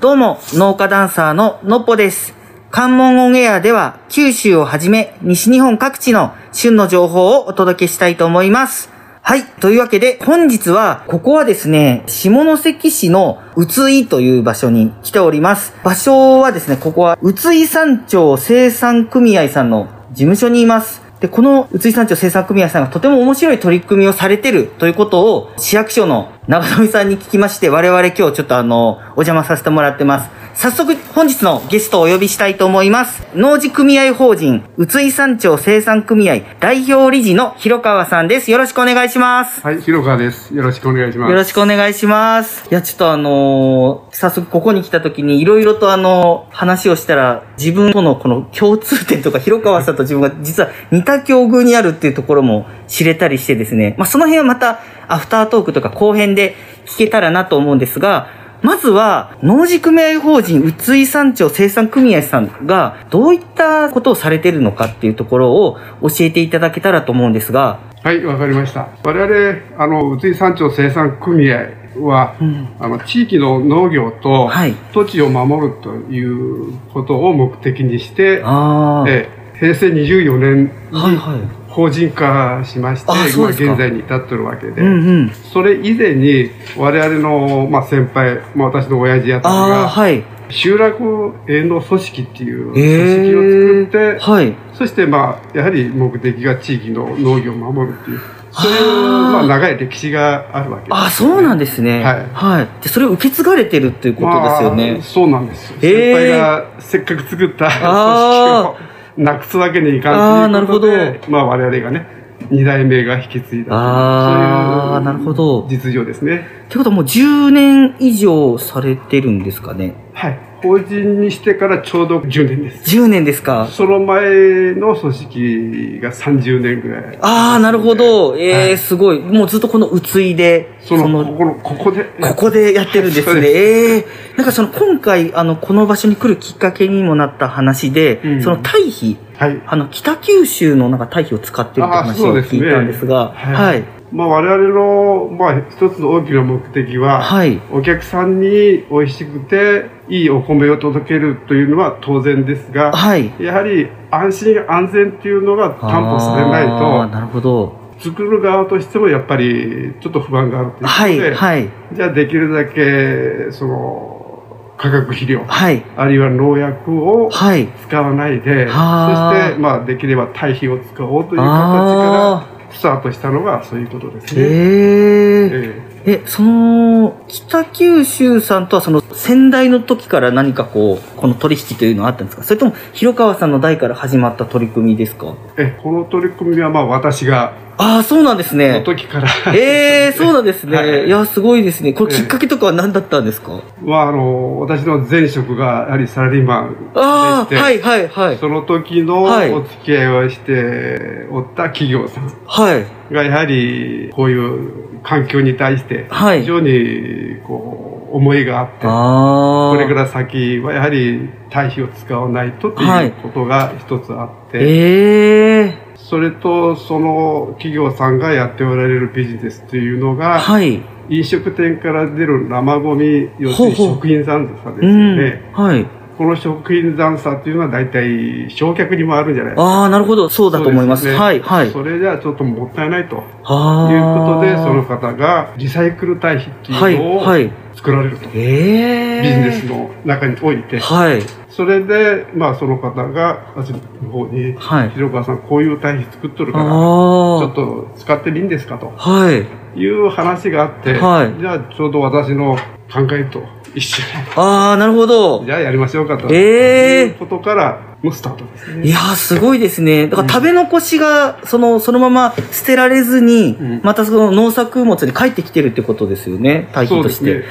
どうも、農家ダンサーののっぽです。関門オンエアでは、九州をはじめ、西日本各地の旬の情報をお届けしたいと思います。はい。というわけで、本日は、ここはですね、下関市の宇津井という場所に来ております。場所はですね、ここは、宇津井山町生産組合さんの事務所にいます。で、この宇津井山町生産組合さんがとても面白い取り組みをされてるということを市役所の長富さんに聞きまして、我々今日ちょっとあの、お邪魔させてもらってます。早速本日のゲストをお呼びしたいと思います。農事組合法人宇津井山町生産組合代表理事の広川さんです。よろしくお願いします。はい、広川です。よろしくお願いします。よろしくお願いします。いや、ちょっとあのー早速ここに来た時にいろいろとあのー話をしたら、自分とのこの共通点とか、広川さんと自分が実は似た境遇にあるっていうところも知れたりしてですね、まあ、その辺はまたアフタートークとか後編で聞けたらなと思うんですが、まずは、農事組合法人宇津井山町生産組合さんが、どういったことをされてるのかっていうところを教えていただけたらと思うんですが、はい、わかりました。我々、あの、宇津井山町生産組合は、うんあの、地域の農業と、はい土地を守るということを目的にして、ああ、え平成24年はいにはい。法人化しまして、あそう今ですか現在に至ってるわけで、うんうん。それ以前に、我々の、まあ、先輩、まあ、私の親父やったのああ、が、はい。集落営農組織っていうえ組織を作って、はい。そしてまあやはり目的が地域の農業を守るっていうそういうあーまあ長い歴史があるわけです、あ、そうなんでですね。はいはい。で、それを受け継がれてるっていうことですよね。そうなんですよ。へー先輩がせっかく作ったあ組織をなくすわけにいかんというこあとーなるで、まあ我々がね、二代目が引き継いだというあーそういうなるほど実情ですね。ってことはもう10年以上されてるんですかね。はい。法人にしてからちょうど10年です。 10年ですか。その前の組織が30年ぐらい。ああ、なるほど。ええはー、いすごい。もうずっとこのうついで、その、ここの、ここで。ここでやってるんですそうね。でええなんかその今回、あの、この場所に来るきっかけにもなった話で、うんその堆肥、はい。あの、北九州のなんか堆肥を使ってるってあー話そうをです聞ねいたんですが、ははいい。まあ、我々の、まあ、一つの大きな目的は、はい。お客さんに美味しくていいお米を届けるというのは当然ですが、はい。やはり安心安全っていうのが担保されないあーと、なるほど。作る側としてもやっぱりちょっと不安があるとはいうことい、で、はい、じゃあできるだけ、その、化学肥料、はい、あるいは農薬をはい。使わないで、そはーして、まあ、できれば堆肥を使おうという形かあらスタートしたのがそういうことですーね。へえ。えええ、その、北九州さんとはその、先代の時から何かこう、この取引というのはあったんですかそれとも、広川さんの代から始まった取り組みですかえこの取り組みはまあ私がああ、そうなんですのね。時から、ええそうなんですね。はいい、や、すごいですね。これきっかけとかは何だったんですか、 まああの私の前職がやはりサラリーマンああ、でしてはい、はい、はい。その時のはいお付き合いをしておった企業さんはい、がやはりこういう環境に対しては非い。常にこう思いがあって、ああ。これから先はやはり堆肥を使わないととはいいうことが一つあって、ええそれとその企業さんがやっておられるビジネスというのが、はい。飲食店から出る生ゴミ、要すほうるにほう食品残差でうすよんね。。はい。この食品残差というのは大体焼却にもあるんじゃないですか。ああ、なるほど。そうだと思います。そうですねはい、はい。それじゃあちょっともったいないというこあとで、ーその方がリサイクル堆肥ってはいいうのはをい作られると。ええビジネスの中において、はいそれで、まあその方が、私の方に、はい広川さんこういう堆肥作っとるから、ちあょあっと使ってみんですかとはいいう話があって、はいじゃあちょうど私の考えと一緒にああなるほどじゃあやりましょうかと。えいえうことからのスタートですね。いやーすごいですね。だから食べ残しが、その、そのまま捨てられずに、うんまたその農作物に帰ってきてるってことですよね、堆そ肥うとでしすて。ね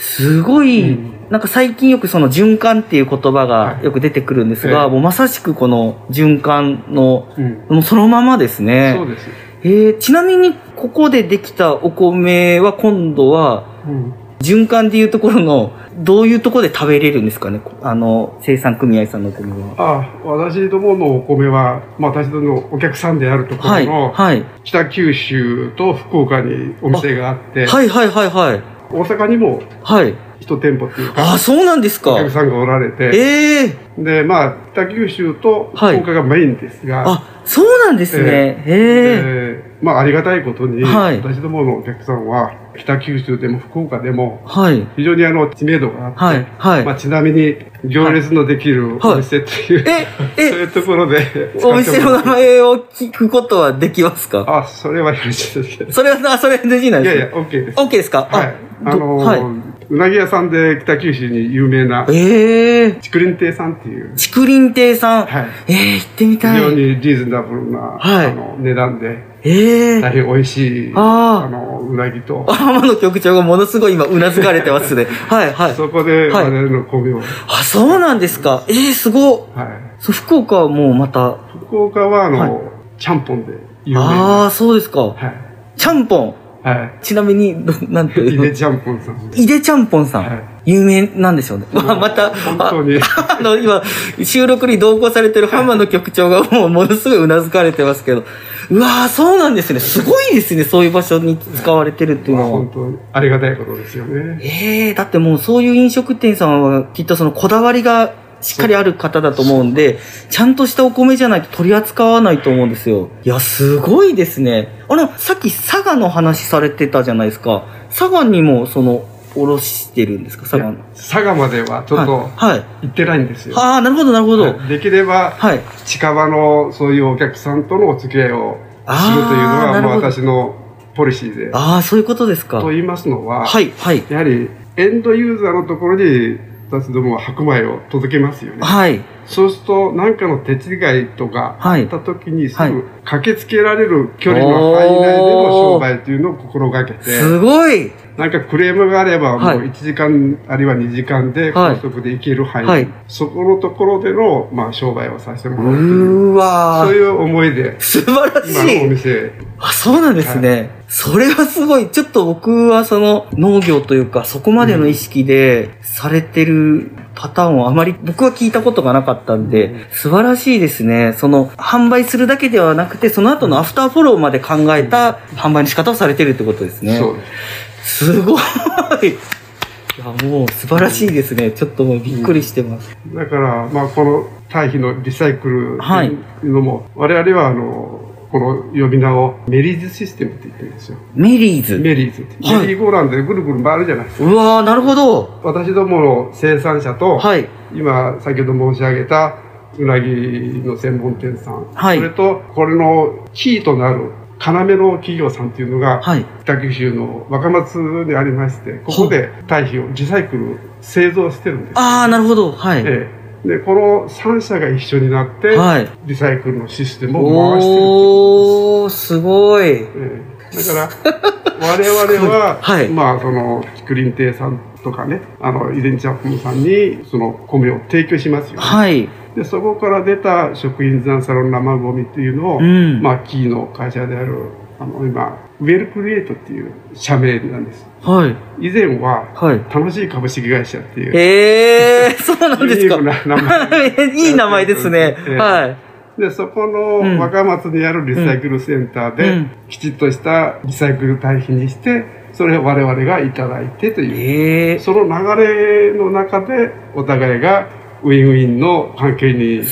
す。ごい、うんなんか最近よくその循環っていう言葉がはいよく出てくるんですが、ええもうまさしくこの循環の、うん。もうそのままですね。そうです。えー、ちなみに、ここでできたお米は今度は、うん。循環でいうところの、どういうところで食べれるんですかねこあの、生産組合さんのお米は。ああ、私どものお米は、まあ私どものお客さんであるとこはろい、の、はい。北九州と福岡にお店があって、はいはいはいはい。大阪にもはい。一店舗っていうか、あ、そうなんですかお。客さんがおられて、ええで、まあ、北九州と福はい岡がメインですが、あ、そうなんですね。えええーまあ、ありがたいことに、はい私どものお客さんは、北九州でも福岡でも、はい。非常にあの、知名度があって、はい。はい。まあ、ちなみに、行列のできるはいお店っていう、え、そういえ、うところで使ってもおらって店の名前を聞くことはできますかあ、それはよろしいですけど。それは、あそれ NG なんでいやすいねや、OK です。 OK ですかはい。ああどのはい。ー、うなぎ屋さんで北九州に有名な、ええ竹林亭さんっていう、竹林亭さん。はい。ええ行ってみ非た常い。にリーズナブルな、はいあの値段で、ええ大変美味しい、あーの、うなぎと、あ浜野局長がものすごい今、うなずかれて ますね。はい、はい。そこではい我々の米を、はあ、そうなんですか。ええすごっ。い。そう、福岡はもうまた。福岡は、はあの、ちゃんぽんで有あ名な。あ、そうですか。はい。ちゃんぽん。はちなみに、どなんてい。いいうでのちゃんぽんさん。井出ちゃんぽんさん。はい有名なんでしょうね。まあ、 また、本あ当に。 あの、今、収録に同行されてる浜野局長がもうものすごいうなずかれてますけど。うわーそうなんですね。すごいですね。そういう場所に使われてるっていうまあのは本。当にありがたいことですよね。ええだってもうそういう飲食店さんはきっとそのこだわりがしっかりある方だと思うんで、ちゃんとしたお米じゃないと取り扱わないと思うんですよ。いや、すごいですね。あの、さっき佐賀の話されてたじゃないですか。佐賀にもその、おろしてるんですか佐賀の。佐賀まではちょっとはい。はい、行ってないんですよ。ああ、なるほど、なるほど。できれば、はい。近場のそういうお客さんとのお付き合いをあーするというのが、まあ、なるほど私のポリシーで。ああ、そういうことですか。とは言いますのは、い、はい。やはりエンドユーザーのところに私どもは白米を届けますよね。はい。そうすると何かの手違いとかあはいった時にすはいぐ駆けつけられる距離の範囲内での商売というのを心がけて、すごいなんかクレームがあればはいもう1時間あるいは2時間ではい高速で行ける範囲、はいそこのところでの、まあ、商売をさせてうもらうといーうわそうー。いう思いで素晴らし今のおい店あ、そうなんですね。それはすごい。ちょっと僕はその農業というか、そこまでの意識でされてるパターンをあまり僕は聞いたことがなかったんで、素晴らしいですね。その販売するだけではなくて、その後のアフターフォローまで考えた販売の仕方をされてるってことですね。そうですすごいいや、もう素晴らしいですね。ちょっともうびっくりしてます。だから、まあ、この堆肥のリサイクルはいというのも、我々はあのこの呼び名をメリーズシステムって言ってるんですよメリーズ。メリーズって、はいメリーゴーランドでぐるぐる回るじゃないですかうわー、なるほど。私どもの生産者と、はい。今先ほど申し上げたうなぎの専門店さん、はいそれとこれのキーとなる要の企業さんっていうのが、はい。北九州の若松にありましてここで堆肥をリサイクル製造してるんですあー、なるほど。はい。ええ、でこの3社が一緒になって、はい。リサイクルのシステムを回してるおー、すごい。ええだから我 々は、はいまあその竹林亭さんとかねあのイデンチャップさんにその米を提供しますよ、はい。でそこから出た食品残サロン生ゴミっていうのを、うんまあキーの会社であるあの今ウェルクリエイトっていう社名なんですはい。以前ははい。楽しい株式会社っていうえ ー、そうなんですかユ。ニークな名前いい名前ですねえ。えはでそこうんの若松にあるリサイクルセンターで、うんきちっとしたリサイクル堆肥にしてそれを我々がいただいてとい。いう、えー、その流れの中でお互いがウィンウィンの関係に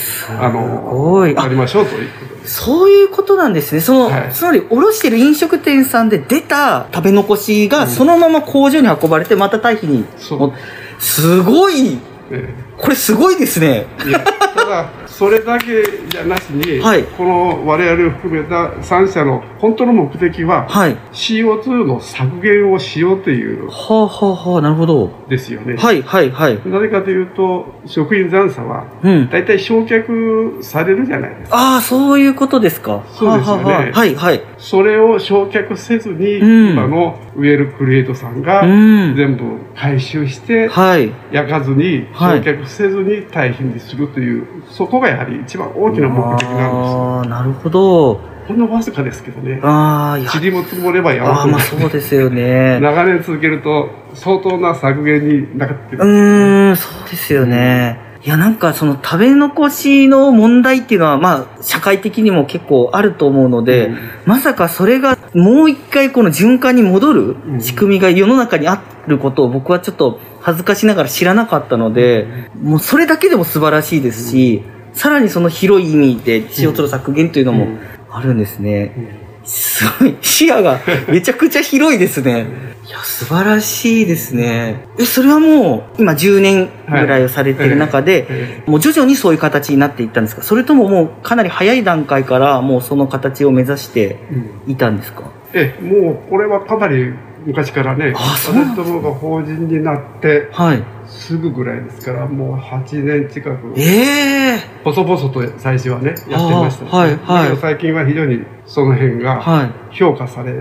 あのごいあなりましょうということです。そういうことなんですね。その、はいつまり、おろしてる飲食店さんで出た食べ残しが、そのまま工場に運ばれて、また堆肥に。そうすごいえこれすごいですね。えいやただそれだけじゃなしに、はいこの我々を含めた3社の本当の目的ははい。 CO2 の削減をしようというはあ、はあはあ、なるほど。ですよね。はい、はい、はい。なぜかというと食品残差はうん。大体焼却されるじゃないですか。ああ、そういうことですか。そうですよねはあはあはあはい、はい。それを焼却せずに、うん今のウェルクリエイトさんがうん。全部回収して、はい。焼かずに、はい焼却せずに堆肥にするという、そこがやはり一番大きな目的なんですよ。ああ、なるほど。ほんのわずかですけどね。ああ、いや、塵も積もればやあばあ、くまあなるそうですよね。 長年続けると相当な削減になっうてる。ーん、そうですよね。いや、なんかその食べ残しの問題っていうのは、まあ、社会的にも結構あると思うので、うんまさかそれがもう一回この循環に戻うるん仕組みが世の中にあることを僕はちょっと恥ずかしながら知らなかったので、もうそれだけでも素晴らしいですし、さらにその広い意味で CO2 の削減というのもうんあるんですね。うんすごい、視野がめちゃくちゃ広いですね。いや、素晴らしいですね。え、それはもう、今10年ぐらいをされてる中で、えもう徐々にそういう形になっていったんですかそれとももうかなり早い段階からもうその形を目指してえうんいたんですかええ、もうこれはかなり昔からね、あそうなん私でどもが法人になってはい。すぐぐらいですから、もう8年近く、ええ細々と最初はね、やってました、ね。あはいはいだけど最近は非常にその辺がはい。評価され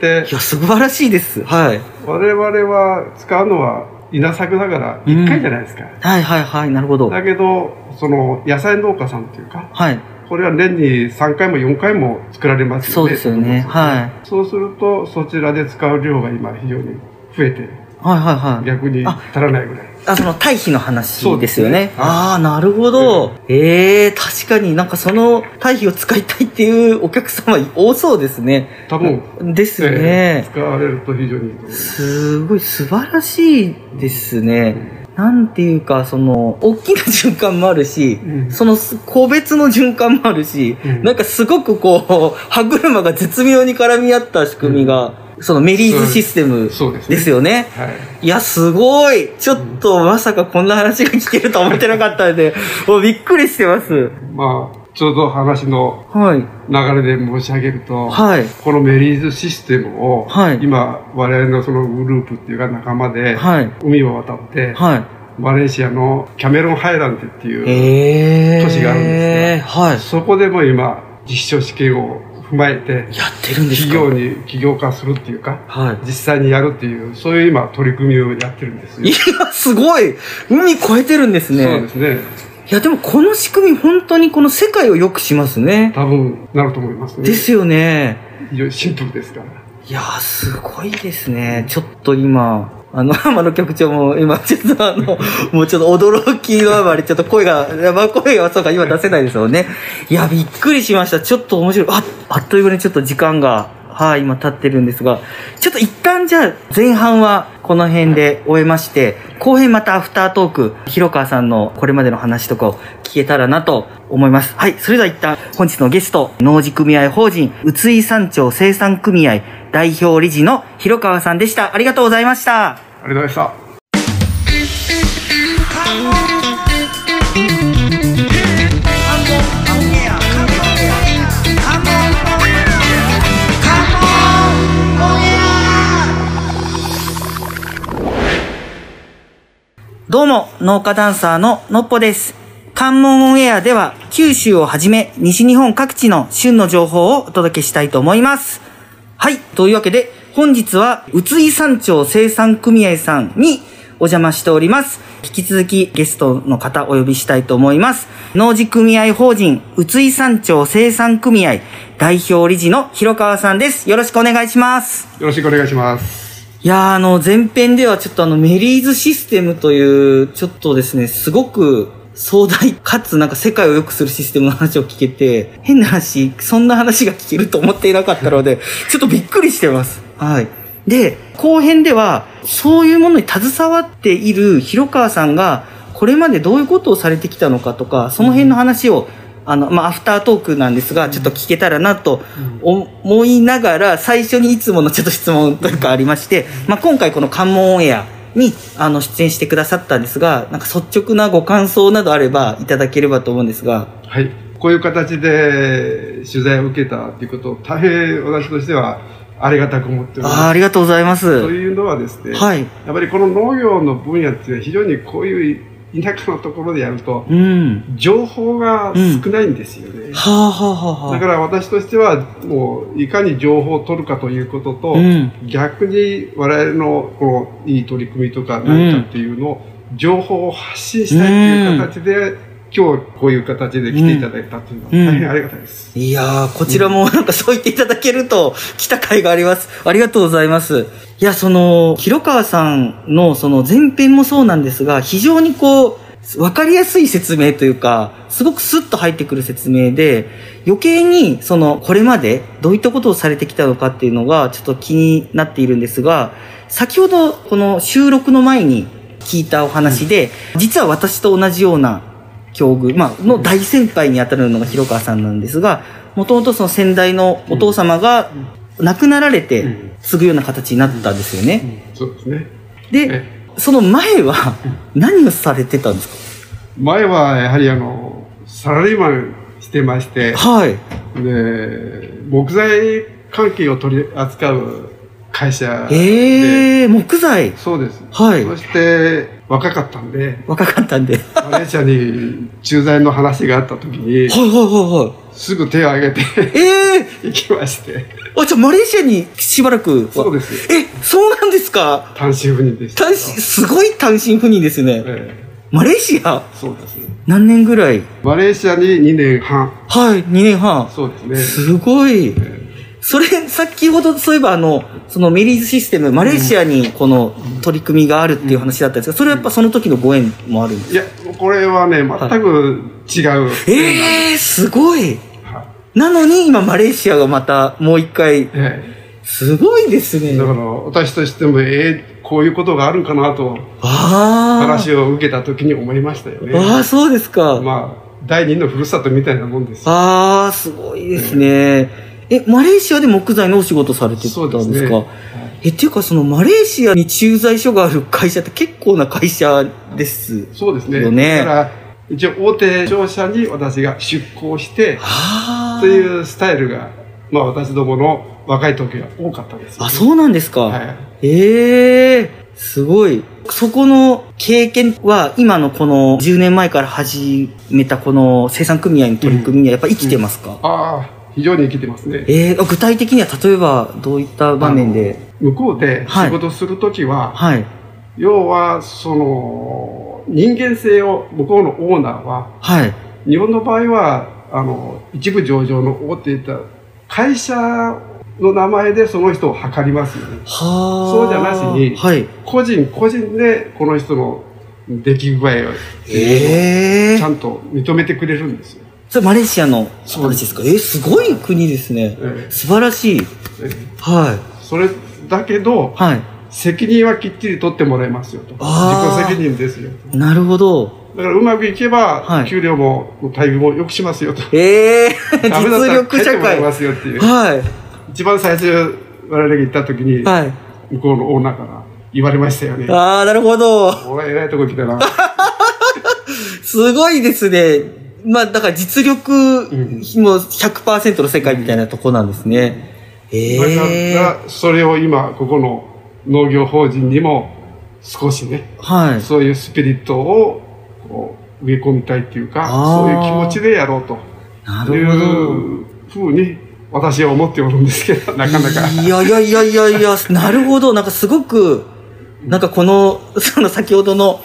て、いや、素晴らしいです。はい。我々は使うのは稲作だからうん1回じゃないですか。はいはいはい、なるほど。だけど、その野菜農家さんっていうか、はい。これは年に3回も4回も作られますよね。そうですよね。はい。はいそうすると、そちらで使う量が今非常に増えて、はいはい。逆にあ足らないぐらい。あ、その対比の話ですよそうねで。すねああ、なるほど。ええ確かになんかその対比を使いたいっていうお客様多そうですね。多分、ですね。ええ使われると非常にいいと思います。すごい素晴らしいですね。なんていうか、その、大きな循環もあるし、うんそのす個別の循環もあるし、うんなんかすごくこう、歯車が絶妙に絡み合った仕組みが、そのメリーズシステムそうですねですよね。はい。いや、すごいちょっとまさかこんな話が聞けると思ってなかったんで、もうびっくりしてます。まあ、ちょうど話のはい。流れで申し上げると、はい。このメリーズシステムを、はい今、我々のそのグループっていうか仲間で、はい。海を渡って、はい。マレーシアのキャメロンハイランドっていう、ええー。都市があるんですはい。そこでも今、実証試験を踏まえて、やってるんです企か業に起業化するっていうか、はい。実際にやるっていう、そういう今、取り組みをやってるんですよ。いや、すごい海越えてるんですね。そうですね。いや、でもこの仕組み本当にこの世界を良くしますね。多分、なると思いますね。ですよね。非常にシンプルですから。いやー、すごいですね。ちょっと今、あの、 浜野局長も今、ちょっとあの、もうちょっと驚きのあまり、ちょっと声が、やばい声が、そうか、今出せないですもんね。いや、びっくりしました。ちょっと面白い。あ、あっという間にちょっと時間が、はい、今経ってるんですが、ちょっと一旦じゃあ、前半はこの辺で終えまして、後編またアフタートーク、広川さんのこれまでの話とかを聞けたらなと思います。はい、それでは一旦本日のゲスト、農事組合法人、宇津井山町生産組合代表理事の広川さんでした。ありがとうございました。ありがとうございました。どうも、農家ダンサーののっぽです。関門オンエアでは、九州をはじめ、西日本各地の旬の情報をお届けしたいと思います。はい、というわけで、本日は、宇津井山町生産組合さんにお邪魔しております。引き続きゲストの方お呼びしたいと思います。農事組合法人、宇津井山町生産組合代表理事の広川さんです。よろしくお願いします。よろしくお願いします。いやーあの前編ではちょっとあのメリーズシステムというちょっとですねすごく壮大かつなんか世界を良くするシステムの話を聞けて 変な話そんな話が聞けると思っていなかったのでちょっとびっくりしてますはいで後編ではそういうものに携わっている広川さんがこれまでどういうことをされてきたのかとかその辺の話を、あの、まあ、アフタートークなんですが、ちょっと聞けたらなと思いながら、最初にいつものちょっと質問というかありまして、まあ、今回この関門オンエアに、あの、出演してくださったんですが、なんか率直なご感想などあればいただければと思うんですが、はい。こういう形で取材を受けたということを大変私としてはありがたく思っておりあーま。ありがとうございますとす。いうのはですね、はい。やっぱりこの農業の分野っていうのは非常にこういう田舎のところでやるとうん。情報が少ないんですよね。はあはあはあはだから私としてはもういかに情報を取るかということと、うん逆に我々のこのいい取り組みとか何かっていうのを、情報を発信したいっていう形で、今日こういう形で来ていただいたっていうのは大変ありがたいです。いやー、こちらもなんかそう言っていただけると、来た甲斐があります。ありがとうございます。いや、その、広川さんのその前編もそうなんですが、非常にこう、わかりやすい説明というか、すごくスッと入ってくる説明で、余計に、その、これまでどういったことをされてきたのかっていうのが、ちょっと気になっているんですが、先ほど、この収録の前に、聞いたお話で、実は私と同じような境遇、まあ、の大先輩にあたるのが広川さんなんですが、もともとその先代のお父様が亡くなられうてん、継ぐような形になったんですよね。そうですね。で、その前は何をされてたんです前はやはりあの、サラリーマンしてましてか、はい。で、木材関係を取り扱う会社で、ええー、木材。そうです。はいそして、若かったんで、若かったんで。はいマレーシアに駐在の話があった時に、はいはいはい。すぐ手を挙げて ええ行きまして、ー、あ、じゃあマレーシアにしばらくは。そうです。え、そうなんですか単身赴任でした。単身、すごい単身赴任ですね。えマレーシアえそうですね。何年ぐらいマレーシアに2年半。はい、2年半。そうですね。すごい。えそれ、先ほど、そういえば、あの、そのメリーズシステム、マレーシアにこの取り組みがあるっていう話だったんですが、それはやっぱその時のご縁もあるんですえいや、これはね、全く違う。ええー、すごいはいなのに、今、マレーシアがまた、もう一回、えすごいですねえ。だから、私としても、ええこういうことがあるんかなと、ああ。話を受けた時に思いましたよね。ああ、そうですか。まあ、第二のふるさとみたいなもんですよ。ああ、すごいですね。え、マレーシアで木材のお仕事されてたそんうでですね。すかはいえ、っていうか、そのマレーシアに駐在所がある会社って結構な会社です。そうですよね。ねだから、一応大手商社に私が出向して、はあ。というスタイルが、まあ私どもの若い時は多かったですよね、あ、そうなんですか。はい。ええすごい。そこの経験は、今のこの10年前から始めたこの生産組合の取り組みにはやっぱ生きてますか、ああ、非常に生きてますね。ええ具体的には例えばどういった場面で向こうではい仕事するときは、はい。要は、その、人間性を向こうのオーナーは、はい。日本の場合は、あの、一部上場の大手いった会社の名前でその人を測りますよね。はあ。そうじゃなしにはい。個人個人でこの人の出来具合をええちゃんと認めてくれるんですよ。それマレーシアのそう話ですかえーすごい国ですね。え素晴らしい。えええはい。それだけど、はい。責任はきっちり取ってもらいますよと。自あー己責任ですよ。なるほど。だからうまくいけはばい、給料も待遇も良くしますよと。ええダメだった実ら力帰っ社てもらい会。まはすよっていう。い。一番最初、我々が行った時に、はい。向こうのオーナーから言われましたよね。ああ、なるほど。お前偉いとこ来たな。すごいですね。まあ、だから実力んも100%の世界みたいなとこなんですね。ええだからそれを今、ここの農業法人にも少しね、はい。そういうスピリットをこう植え込みたいっていうか、あーそういう気持ちでやろうとないるほど。うふうに私は思っておるんですけど、 なかなか。いやいやいやいやいや、なるほど。なんかすごく、なんかこの、その先ほどの、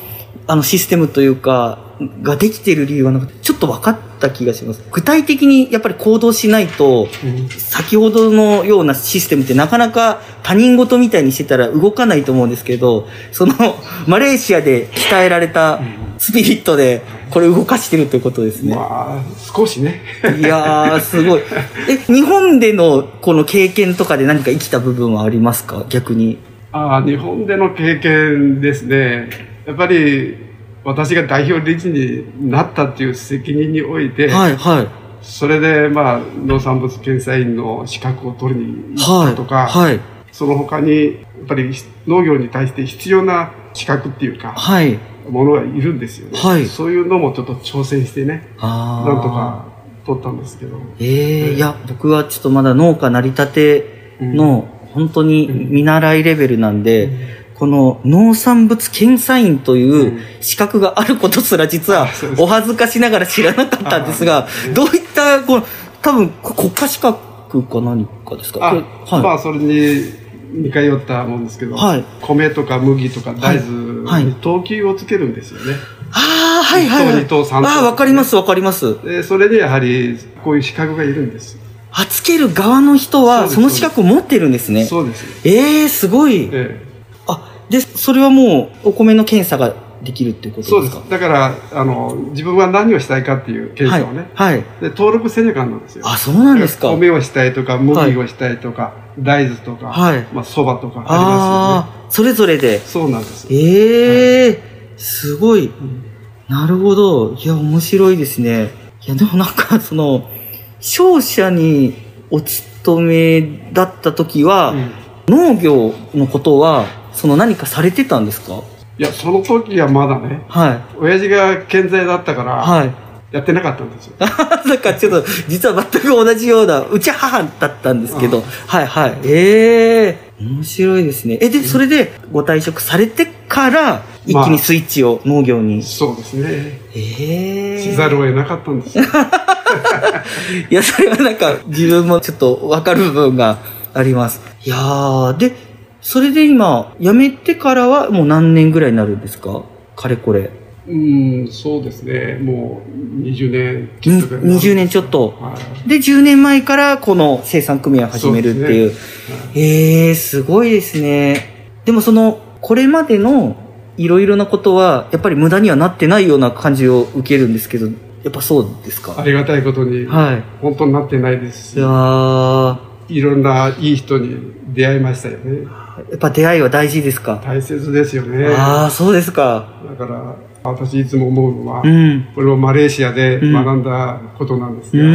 あのシステムというか、ができている理由はなんかちょっと分かった気がします。具体的にやっぱり行動しないと、うん先ほどのようなシステムってなかなか他人事みたいにしてたら動かないと思うんですけど、その、 マレーシアで鍛えられたスピリットで、これ動かしてるということですね。まあ、少しね。いやー、すごい。え、日本でのこの経験とかで何か生きた部分はありますか逆に。ああ、日本での経験ですね。やっぱり私が代表理事になったっていう責任において、はい、はい。それでまあ、農産物検査員の資格を取りに行っはたい。とか、はい。その他に、やっぱり農業に対して必要な資格っていうか、はい。ものがいるんですよね。はいそういうのもちょっと挑戦してね、あーなんとか取ったんですけど。ええいや、僕はちょっとまだ農家成り立ての、本当に見習いレベルなんで、この農産物検査員という資格があることすら実はあそうで、すお恥ずかしながら知らなかったんですが、どういった、この、多分、こ国家資格か何かですかあ、これまはあそれに似通ったもんですけど、はい米とか麦とかはい大豆はいに等級をつけるんですよね。い。ああ、はいはい、はい。一等二等三等ああ、わかりますわかります。でそれにやはりこういう資格がいるんです。あ、つける側の人そうは、ですその資格を持ってるんですね。そうです。ええすごい。えあ、で、それはもう、お米の検査ができるっていうこえ、そとうでですかす。だからあの自分は何をしたいかっていう検査をね、はい。はい。で登録せなあかんのですよ。あ、そうなんですか。米をしたいとか麦をしたいとか、大豆とか、はいまあそばとかありますよね。ああ、それぞれで。そうなんです。ええすごい。なるほど。いや、面白いですね。いや、でもなんか、その、商社にお勤めだった時は、うん農業のことは、その何かされてたんですかいや、その時はまだね、は親父が健在だったかい。ら、はい。やってなかったんですよ。 なんかちょっと、実は全く同じような、うち母だったんですけど、はいはい。ええ面白いですね。え、で、それでご退職されてから、一気にスイッチを農業に。そうですね。ええしざるを得なかったんで すよ。いや、それはなんか、自分もちょっとわかる部分があります。いやー、で、それで今、辞めてからはもう何年ぐらいになるんですかかれこれ。うん、そうですね。もう20年にっとぐらい20年ちょっと。はいで、10年前からこの生産組合を始めるっていう。ええー、すごいですね。でもその、これまでのいろいろなことは、やっぱり無駄にはなってないような感じを受けるんですけど、やっぱそうですかありがたいことに、はい。本当になってないですいしや、ー、いろんないい人に出会いましたよね。やっぱ出会いは大事ですか大切ですよね。ああ、そうですか。だから、私いつも思うのはう、ん。これをマレーシアでうん学んだことなんですうが、ん。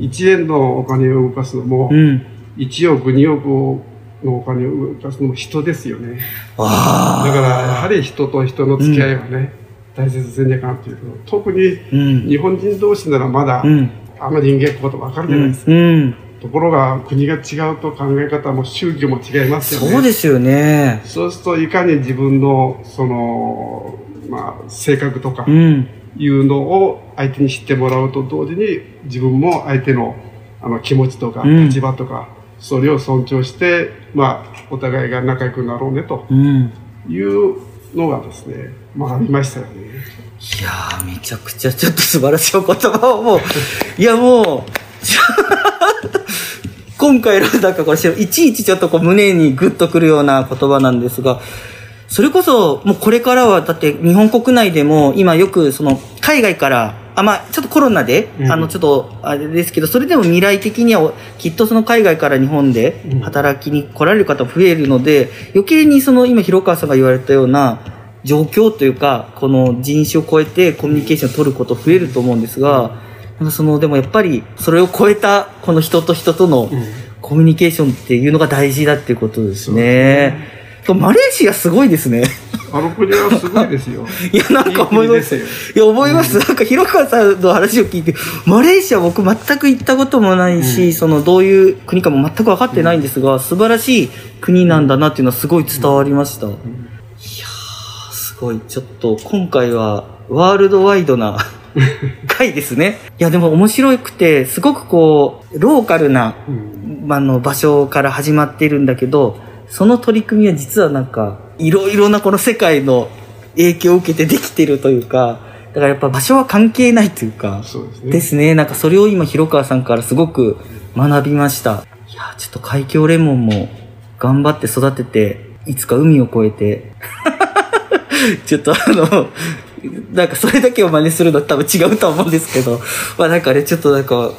1円のお金を動かすのも、うん。 1億、2億のお金を動かすのも人ですよね。だあから、やはり人と人の付き合いはね、大切せねえかんっていうこと。特にあ。うん。日本人同士ならまだ、うん。あんま人間のことわかるうじゃないんですか。うん。ところが、国が違うと考え方も宗教も違いますよね。そうですよね。そうするといかに自分のその、まあ、性格とかうん。いうのを相手に知ってもらうと同時に自分も相手のあの気持ちとかうん立場とか、それを尊重して、まあ、お互いが仲良くなろうねとうん。いうのがですね学びましたよね。いやー、めちゃくちゃちょっと素晴らしいお言葉をもう、 いやもう、 今回のなんかこれ、いちいちちょっとこう胸にグッとくるような言葉なんですが、それこそもうこれからはだって日本国内でも今よくその海外から、あ、まあちょっとコロナで、うんあのちょっとあれですけど、それでも未来的にはきっとその海外から日本でうん働きに来られる方増えるので、余計にその今広川さんが言われたような状況というか、この人種を超えてコミュニケーションを取ること増えると思うんですが、なんかそのでもやっぱりそれを超えたこの人と人とのコミュニケーションっていうのが大事だっていうことですね。とマレーシアすごいですね。あの国はすご いですよ。いや、なんか思います。いい国ですいや、思います。なんか、広川さんの話を聞いて、マレーシア僕全く行ったこともないし、うんその、どういう国かも全く分かってないんですが、素晴らしい国なんだなっていうのはすごい伝わりました。いやー、すごい。ちょっと、今回は、ワールドワイド な回ですね。いや、でも面白くて、すごくこう、ローカルなうんまあの場所から始まってるんだけど、その取り組みは実はなんか、いろいろなこの世界の影響を受けてできてるというか、だからやっぱ場所は関係ないというか、そうですね。ですね。なんかそれを今、広川さんからすごく学びました。いやー、ちょっと海峡レモンも頑張って育てて、いつか海を越えて、ちょっとあの、なんかそれだけを真似するのは多分違うとは思うんですけど、まあなんかね、ちょっとなんか、お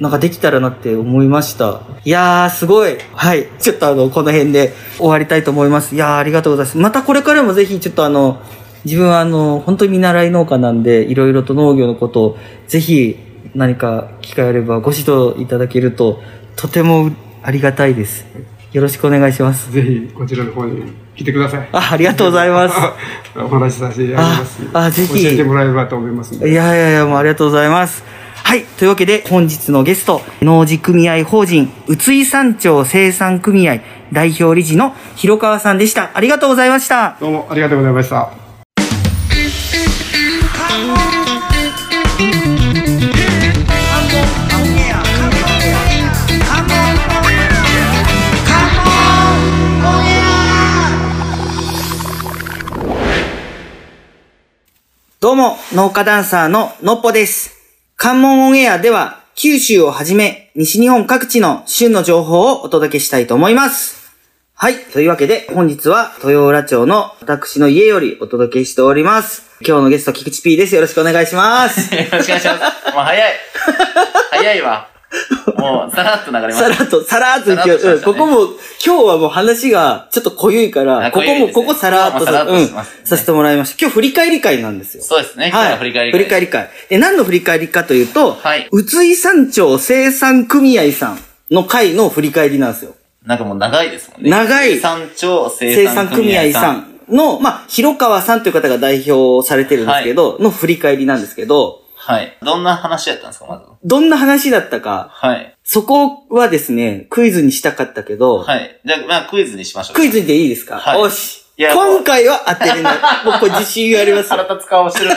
なんかできたらなって思いました。いやー、すごい。はい。ちょっとあの、この辺で終わりたいと思います。いやー、ありがとうございます。またこれからもぜひちょっとあの、自分はあの、本当に見習い農家なんで、いろいろと農業のことを、ぜひ何か機会あればご指導いただけると、とてもありがたいです。よろしくお願いします。ぜひこちらの方に来てください。あ、ありがとうございます。 お話しさせていただきます。ああぜひ教えてもらえればと思いますので。いやいやいや、もうありがとうございます。はい。というわけで、本日のゲスト、農事組合法人、宇津井山町生産組合代表理事の広川さんでした。ありがとうございました。どうもありがとうございました。どうも、農家ダンサーののっぽです。関門オンエアでは、九州をはじめ、西日本各地の旬の情報をお届けしたいと思います。はい。というわけで、本日は豊浦町の私の家よりお届けしております。今日のゲ スト、菊池 P です。よろしくお願いします。よろしくお願いします。まあ、早い。早いわ。もう、さらっと流れましさた。らっと、さらっとさらっとしま勢い、うんしたねここも、今日はもう話がちょっと濃ゆいから、あこ濃こゆいも、ですこねこさらっとまあさらっとうんしますねさせてもらいました。今日振り返り会なんですよ。そうですね。今日はい。の振り返り。振り返り会。え、何の振り返りかというと、はい宇津井山頂生産組合さんの会の振り返りなんですよ。なんかもう長いですもんね。長い生産長生生産産組組合合ささん。んの、まあ、広川さんという方が代表されてるんですけど、の振り返りなんですけど、はい。どんな話やったんですか、まず。どんな話だったか、はい。そこはですね、クイズにしたかったけど、はい。じゃあ、まあ、クイズにしましょう。クイズでいいですか、はいよし。いや今回は当てれ ない。もうこれ自信ありますよ。腹立つ顔してる。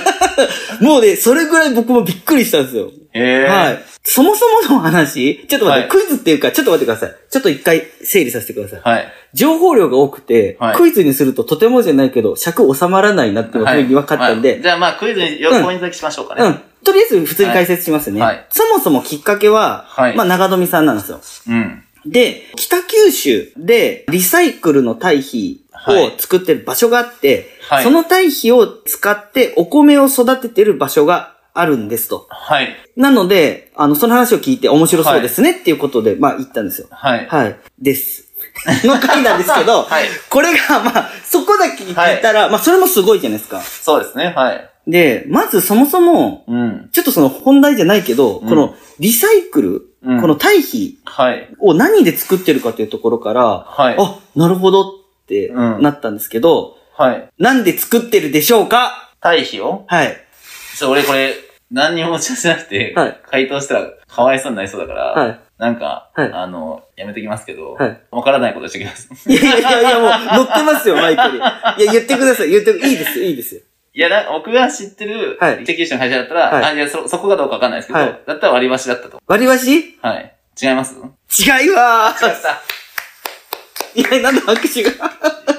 もうね、それぐらい僕もびっくりしたんですよ。 ええ。はい。そもそもの話、ちょっと待って、はクイズっていうか、ちょっと待ってください。ちょっと一回整理させてください。はい。情報量が多くて、はいクイズにするととてもじゃないけど、尺収まらないなっていうふはうい。に分かったんはいで、じゃあ、まあ、クイズにようんポイントだけしましょうかうね。ん。とりあえず普通に解説しますね。はいはいそもそもきっかけは、はいまあ長富さんなんですよ。うん。で、北九州でリサイクルの堆肥を作ってる場所があって、はいその堆肥を使ってお米を育ててる場所があるんですと。はい。なので、あの、その話を聞いて面白そうですねっていうことで、まあ言ったんですよ。はい。はい。 です。の回なんですけど、はいこれが、まあ、そこだけ聞いたら、まあ、それもすごいじゃないですか。そうですね。はい。で、まずそもそも、うん。ちょっとその本題じゃないけど、うんこのリサイクル、うんこの堆肥はい。を何で作ってるかというところから、はい。あ、なるほどってうんなったんですけど、はい。なんで作ってるでしょうか対比をはい。 ちょ、俺これ、何にも打ち出せなくて、 はい回答したら、かわいそうになりそうだから、はいなんか、はいあの、やめときますけど、はわ、いからないことしてきます。 いやいやいやいや、もう乗ってますよ、マイクに。いや、言ってください。言って、いいですよ、いいですよ。いや、な僕が知ってる、はいテキューションの会社だったら、はいあいやそ、そこがどうかわかんないですけど、はいだったら割り箸だったと。割り箸はい。違います違っ違いわー。た。いや、なんで拍手が。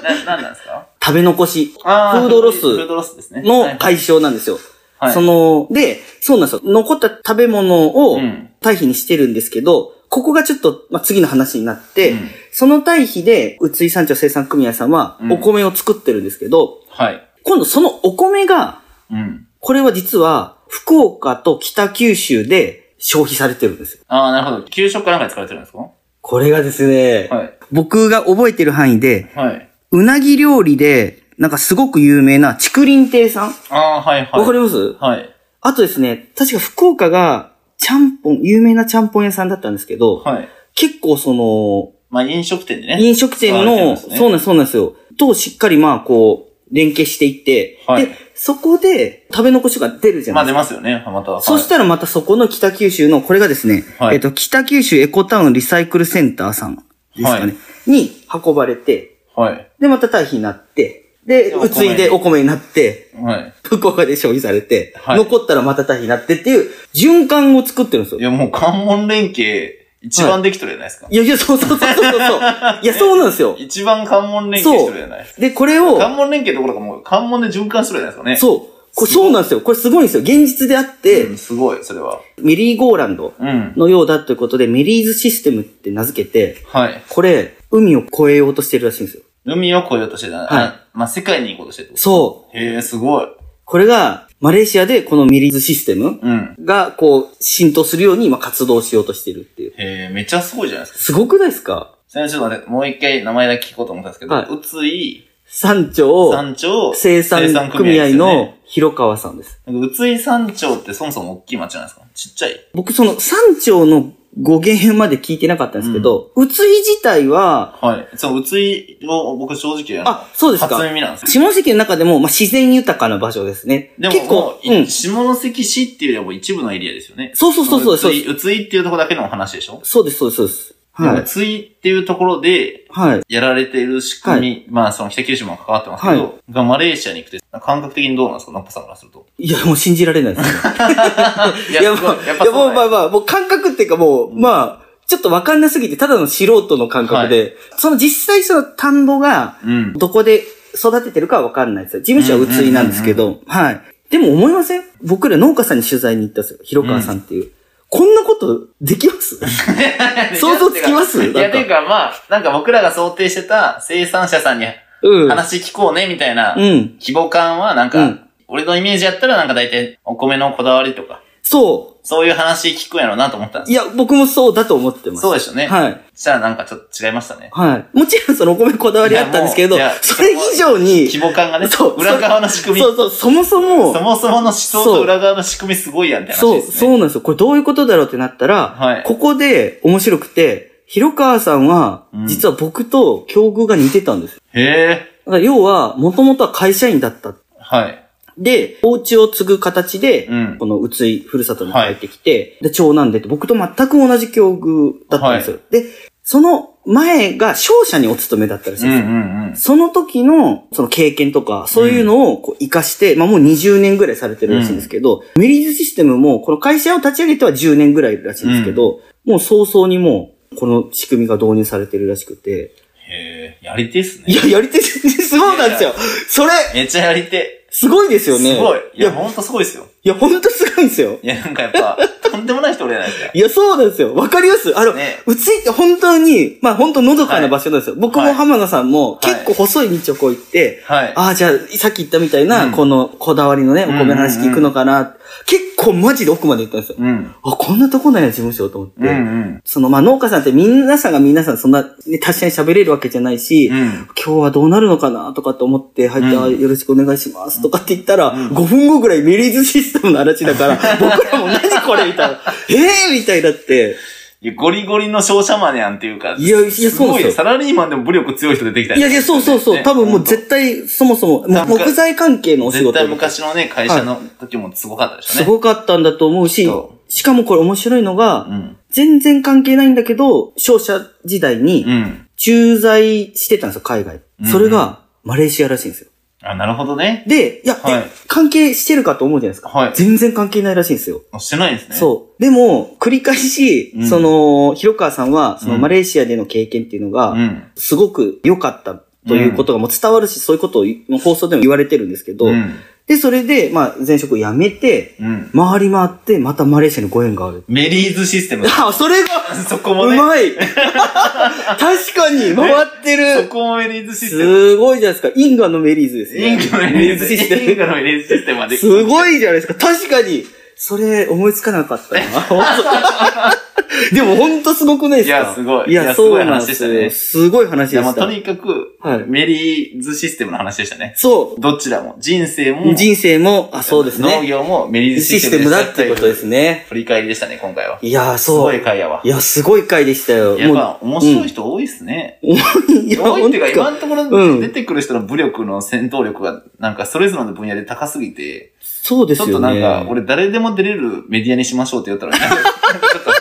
な、なんなんです か食べ残しあフードロスフードロスですね。のはい解消なんですよ。はいその、で、そうなんですよ。残った食べ物をうん堆肥にしてるんですけど、ここがちょっと、まあ、次の話になって、うんその堆肥で、宇津井産地生産組合さんはう、んお米を作ってるんですけど、はい。今度そのお米が、うん。これは実は、福岡と北九州で消費されてるんですよ。ああ、なるほど。給食かなんかに使われてるんですかはこれがですね、い。僕が覚えてる範囲で、はい。うなぎ料理で、なんかすごく有名な竹林亭さん。わ、ああ、はいはい。かりますはい。あとですね、確か福岡が、ちゃんぽん、有名なちゃんぽん屋さんだったんですけど、はい。結構その、まあ、飲食店でね。飲食店使われての、ますねそうなんですそうなんですよ。としっかりまあこう、連携していって、はいで、そこで食べ残しが出るじゃまなあいで出すか。ますよね、また。そしたらまたそこの北九州の、これがですね、はいえっと、北九州エコタウンリサイクルセンターさんですかね、はいに運ばれて、はい。はい。で、また堆肥になって、で、でお米うついでお米になって、はい。福岡で消費されて、はい残ったらまた堆肥になってっていう循環を作ってるんですよい。や、もう関門連携、一番できとるじゃないですか。いやいや、そうそうそうそう そう。いや、そうなんですよ。一番関門連携しとるじゃないですか。で、これを、関門連携どころかもう関門で循環しとるじゃないですかね。そう。これそうなんですよ。これすごいんですよ。現実であって、うんすごい、それは。メリーゴーランドうん。のようだということで、メリーズシステムって名付けて、はい。これ、海を越えようとしてるらしいんですよ。海を越えようとしてた。はいあまあ、世界に行こうとしてた。そう。へえ、すごい。これが、マレーシアでこのメリーズシステムうん。が、こう、浸透するように今活動しようとしてるっていう。へえ、めっちゃすごいじゃないですか。すごくないですかそれちょっと待って、もう一回名前だけ聞こうと思ったんですけど、はいうつい山頂山頂生産組合。ですよねの広川さんです。なんかうつい山頂ってそもそも大きい町じゃないですか。ちっちゃい。僕その山頂の語源まで聞いてなかったんですけど、うつい自体は、はい。その、うついを僕正直、あ、そうです初か。耳なんですよ。下関の中でも、まあ、自然豊かな場所ですね。でも結構、もうういん。下関市っていうよりも一部のエリアですよね。そうそうそうそうそうです。うついっていうところだけの話でしょそうです、そうです、そうです。はうい。ついっていうところで、はい。やられている仕組み、まあその北九州も関わってますけど、がマレーシアに行くって、感覚的にどうなんですかナッパさんからすると。いや、もう信じられないですね。いいや、もう、すごいやっいや、ぱそもうう、だまあよまあ、もう感覚っていうかもう、まあ、ちょっとわかんなすぎて、ただの素人の感覚で、その実際その田んぼが、うん。どこで育ててるかはわかんないですよ。事務所はうついなんですけど、はい。でも思いません僕ら農家さんに取材に行ったんですよ。広川さんっていう。こんなことできます想像つきますいなんや、かていうかまあ、なんか僕らが想定してた生産者さんにうん。話聞こうね、みたいな、うん。規模感はなんか、うん俺のイメージやったらなんか大体お米のこだわりとか、そそういう話聞くんやろうなと思ったんう。で。いや、僕もそうだと思ってますす。そうでしたね。はい。したらなんかちょっと違いましたね。はい。もちろんそのお米こだわりあったんですけどいやもうい、やそれ以上に、規模感がねそう、裏側の仕組み。そうそう、そもそも、そもそもの思想そとう裏側の仕組みすごいやんって話そう、ですね。そうなんですよ。これどういうことだろうってなったら、はいここで面白くて、広川さんはう、ん実は僕と境遇が似てたんですよ。へえ。だから要は、もともとは会社員だった。はい。で、お家を継ぐ形で、うんこの宇津井ふるさとに帰ってきて、で、長男でって僕と全く同じ境遇だったんですよ。で、その前が商社にお勤めだったらしいうんんでうすよ。んうん。その時の、その経験とか、そういうのをこう活かして、まあもう20年ぐらいされてるらしいんですけど、メリーズシステムも、この会社を立ち上げては10年ぐらいらしいんですけど、もう早々にもう、この仕組みが導入されてるらしくて。へえ。やりてえっすねい。や、やり手、そうなんですよ。それ、めっちゃやりてすごいですえ。よね。すごい。いいや、や、ほんとすごいですよ。いや、ほんとすごいんですよ。いや、なんかやっ ぱ、とんでもない人俺じゃないですか。いや、そうなんですよ。わかりますあの、ねうついって本当に、まあ本当のどかな場所なんですよ。僕はもい浜田さんもはい結構細い道をこう行って、はい。ああ、じゃあ、さっき言ったみたいな、うんこのこだわりのね、おうん米の話聞くのかな。結構マジで奥まで行ったんですよ。うん。あ、こんなとこなんや、事務所と思って。うんうん。その、まあ、農家さんって皆さんが皆さんそんな、ね、達者に喋れるわけじゃないし、うん。今日はどうなるのかなとかって思って、はい、じゃあうんよろしくお願いしますとかって言ったら、うん5分後ぐらいメリーズシステムの話だ から、僕らも何これみたいな。ええみたいにな って。いや、ゴリゴリの商社マンやんっていうか。いやいやすそうごでいすよよ。サラリーマンでも武力強い人出てきたいやいや、そうそうそう。ね多分もう絶対、そもそも、もうなんか木材関係のお仕絶事対。昔のね、会社の時もすごかったでしすょうね。ごかったんだと思うしそ、しかもこれ面白いのが、うん。全然関係ないんだけど、商社時代うにん。駐在してたんですよ、海外う。んそれがマレーシアらしいんですよ。あ、なるほどね。で、いや、はいで関係してるかと思うじゃないですか。はい全然関係ないらしいんですよ。してないですね。う。そう。でも、繰り返し、うんその、広川さんは、そのうんマレーシアでの経験っていうのが、うん。すごく良かったということがもう伝わるし、そういうことを放送でも言われてるんですけど、うん。で、それで、まあ、前職を辞めて、うん。回り回って、またマレーシアにご縁がある。メリーズシ ステム。あ、それが、そこもうね。まい 確かに、回ってそるこもメリーズシステム。すごいじゃないですか。インガのメリーズですね。イングのメリーズシステム。イインンガグのメリーズシステムまで。すごいいじゃないですか。確かに。それ、思いつかなかった な。でも、ほんとすごくないですかいやすごいいいや、やそうなんですすよ。すごごい話でい話いでや、まあ、しとた。にかく、はいメリーズシステムの話でしたね。そどちらも、人生も、う。人生も、あ、そうです農ね。業もメリーズシシスステテムムでしただってことですね。振り返りでしたね、今回は。いや、すそごう。い回やわ。いや、すごい回でしたよ。やっもぱ、面白い人多いですね。う、いや多いっていうか、ほ今んのとこうんろ出てくる人の武力の戦闘力が、なんかそれぞれの分野で高すぎて、そうですちよょっね。となんか、俺誰でも出れるメディアにしましょうって言ったら、なんかちょっと、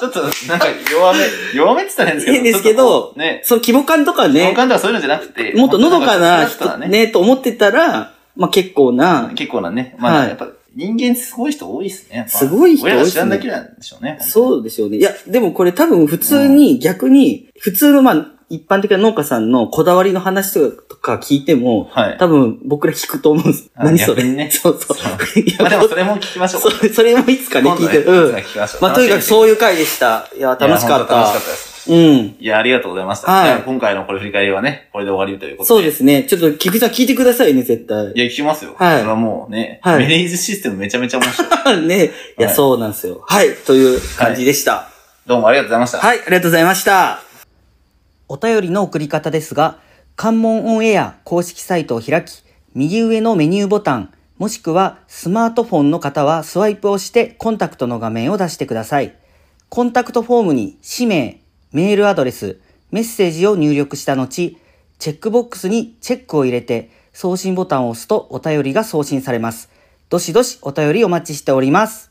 ちょっと、なんか弱め、弱めって言ったら変ですけど。変ですけどちょっとこうね。その規模感とかねね。、感とはそういうのじゃなくて、もっとのどかな人人はね。ね、と思ってたら、まあ結構な、結構なね。まはあ、いやっぱ、人間すごい人多いですね。やっぱすごい人多いっすね親が知らんだけなんでしょうね。そうでしょうね。いや、でもこれ多分普通に逆に、普通のまあ、一般的な農家さんのこだわりの話とか聞いても、はい多分僕ら聞くと思うんです。あ何それ逆にねそうそう。 いやまあでもそれも聞きましょうか。そそれもいつかね、今聞度いねてる。ういつんか聞きましょうまあとにかく楽しみにしてそういう回でした。いや、楽しかっいやた本当楽しかったでうす。ん。いや、ありがとうございました。はいじゃあ今回のこれ振り返りはね、これで終わりということそうですね。ちょっと菊池さん聞いてくださいね、絶対。いや、聞きますよ。はいそれはもうね、はいメリーズシステムめちゃめちゃ面白い。 ね。いや、はいそうなんですよ。はい、という感じでした。どうもありがとうございました。はい、ありがとうございました。お便りの送り方ですが、関門オンエア公式サイトを開き、右上のメニューボタン、もしくはスマートフォンの方はスワイプをしてコンタクトの画面を出してください。コンタクトフォームに氏名、メールアドレス、メッセージを入力した後、チェックボックスにチェックを入れて送信ボタンを押すとお便りが送信されます。どしどしお便りお待ちしております。